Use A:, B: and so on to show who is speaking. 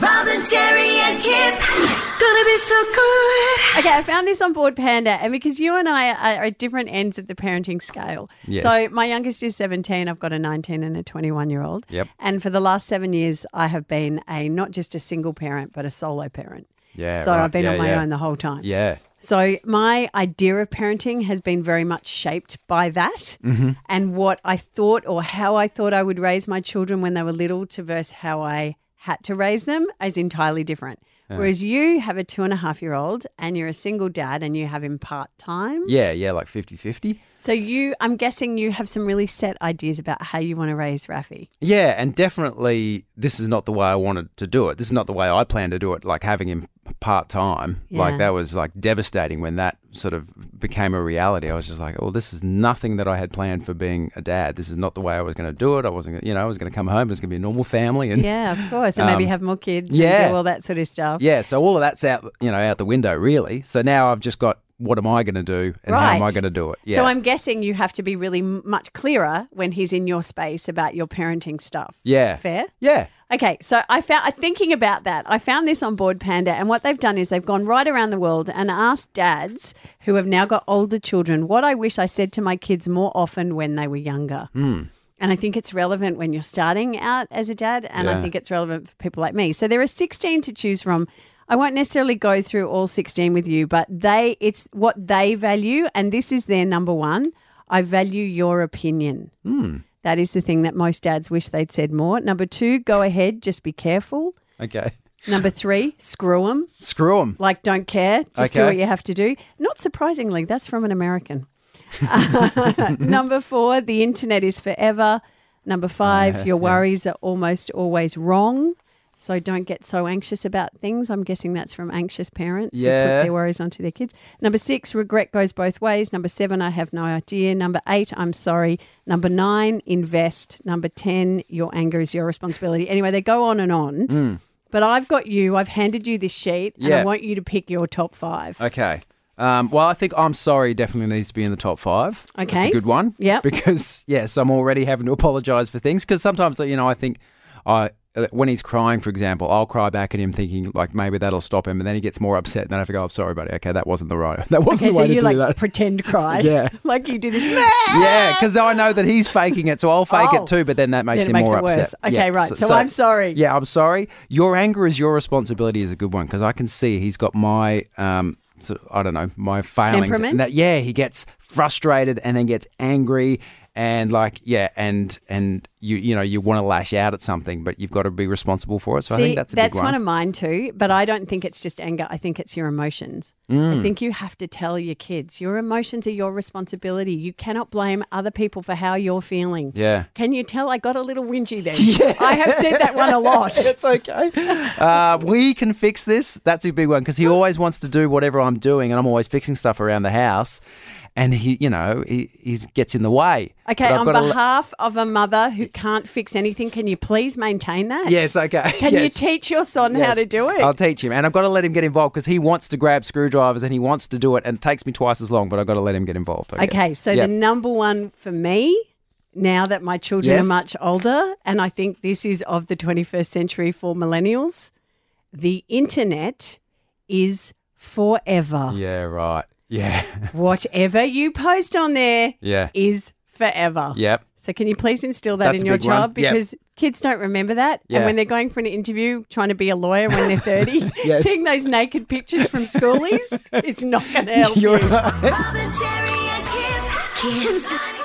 A: Robin, Jerry, and Kip. Gonna be so good.
B: Okay, I found this on Board Panda, and because you and I are at different ends of the parenting scale.
C: Yes.
B: So my youngest is 17, I've got a 19 and a 21 year old.
C: Yep.
B: And for the last seven years, I have been a not just a single parent, but a solo parent.
C: Yeah,
B: So
C: right.
B: I've been
C: Yeah,
B: on my
C: yeah.
B: own the whole time.
C: Yeah.
B: So my idea of parenting has been very much shaped by that
C: Mm-hmm.
B: and what I thought or how I thought I would raise my children when they were little to versus how I had to raise them is entirely different. Whereas you have a two and a half year old and you're a single dad and you have him part time.
C: Yeah, yeah, like 50 50.
B: So you I'm guessing you have some really set ideas about how you want to raise Rafi.
C: Yeah, and definitely this is not the way I wanted to do it. This is not the way I planned to do it, like having him part time.
B: Yeah.
C: Like that was like devastating when that sort of became a reality. I was just like, oh, this is nothing that I had planned for being a dad. This is not the way I was going to do it. I wasn't, gonna, you know, I was going to come home. It was going to be a normal family. And
B: Yeah, of course. And maybe have more kids and
C: Um, yeah.
B: do all that sort of stuff.
C: yeah, so all of that's out, you know, out the window really. So now I've just got what am I going to do and how am I
B: Right.
C: going to do it? Yeah.
B: So I'm guessing you have to be really m- much clearer when he's in your space about your parenting stuff.
C: yeah.
B: Fair?
C: Yeah.
B: Okay, so I found I thinking about that. I found this on Board Panda, and what they've done is they've gone right around the world and asked dads who have now got older children what I wish I said to my kids more often when they were younger. And I think it's relevant when you're starting out as a dad, and I
C: Yeah.
B: think it's relevant for people like me. So there are 16 to choose from. I won't necessarily go through all 16 with you, but they it's what they value, and this is their number one. I value your opinion. That is the thing that most dads wish they'd said more. Number two, go ahead, just be careful.
C: Okay.
B: Number three, screw them,
C: Screw them.
B: like don't care, just do
C: Mm. Okay.
B: what you have to do. Not surprisingly, that's from an American. Number four, the internet is forever. Number
C: Uh,
B: five, your worries are almost always wrong. So don't get so anxious about things. I'm guessing that's from anxious parents who put
C: Yeah.
B: their worries onto their kids. Number six, regret goes both ways. Number seven, I have no idea. Number eight, I'm sorry. Number nine, invest. Number 10, your anger is your responsibility. Anyway, they go on and on. But I've got you, I've handed you this sheet, and I
C: Mm. Yeah.
B: want you to pick your top five.
C: Okay. Um, well, I think I'm sorry definitely needs to be in the top five. That's
B: Okay.
C: a good one.
B: Yep.
C: Because, yes, I'm already having to apologize for things because sometimes, you know, I think I. uh, When he's crying, for example, I'll cry back at him, thinking like maybe that'll stop him, and then he gets more upset. And then I have to go, "I'm sorry, buddy. Okay, that wasn't the right. That
B: Okay,
C: wasn't the
B: so
C: way to
B: you
C: do
B: like
C: that."
B: pretend cry.
C: Yeah.
B: like you do this.
C: yeah, because I know that he's faking it, so I'll fake
B: Oh.
C: it too. But then that makes
B: Then it
C: him
B: makes
C: more
B: it worse.
C: upset.
B: Okay, right. So I'm sorry.
C: Yeah, I'm sorry. Your anger is your responsibility is a good one because I can see he's got my um, sort of, I don't know, my failings.
B: Temperament?
C: And that, yeah, he gets frustrated and then gets angry and like yeah, and and you you know you want to lash out at something, but you've got to be responsible for it. So I
B: See,
C: think that's a big one.
B: one. of mine too, but I don't think it's just anger. I think it's your emotions.
C: Mm.
B: I think you have to tell your kids your emotions are your responsibility. You cannot blame other people for how you're feeling.
C: Yeah.
B: Can you tell I got a little whingy then? I have said that one a lot.
C: it's okay. Uh, we can fix this. That's a big one because he always wants to do whatever I'm doing, and I'm always fixing stuff around the house. And he, you know, he he's gets in the way.
B: Okay,
C: But I've
B: on
C: gotta l-
B: behalf of a mother who can't fix anything, can you please maintain that?
C: yes, okay.
B: Can you
C: yes,
B: teach your son how
C: yes.
B: to do it?
C: I'll teach him, and I've got to let him get involved because he wants to grab screwdrivers and he wants to do it, and it takes me twice as long. But I've got to let him get involved. I guess.
B: Okay, so
C: Yeah.
B: the number one for me now that my children
C: Yes.
B: are much older, and I think this is of the 21st century for millennials, the internet is forever.
C: Yeah. Right. Yeah.
B: Whatever you post on there is
C: yeah.
B: forever.
C: Yep.
B: So can you please instill that
C: That's
B: in
C: a
B: your
C: big one.
B: child
C: Yep.
B: because kids don't remember that, and
C: Yeah.
B: when they're going for an interview, trying to be a lawyer when they're 30,
C: Yes.
B: seeing those naked pictures from schoolies, it's not going to help you.
C: right.
A: Robin, Jerry, and Kip. Kiss.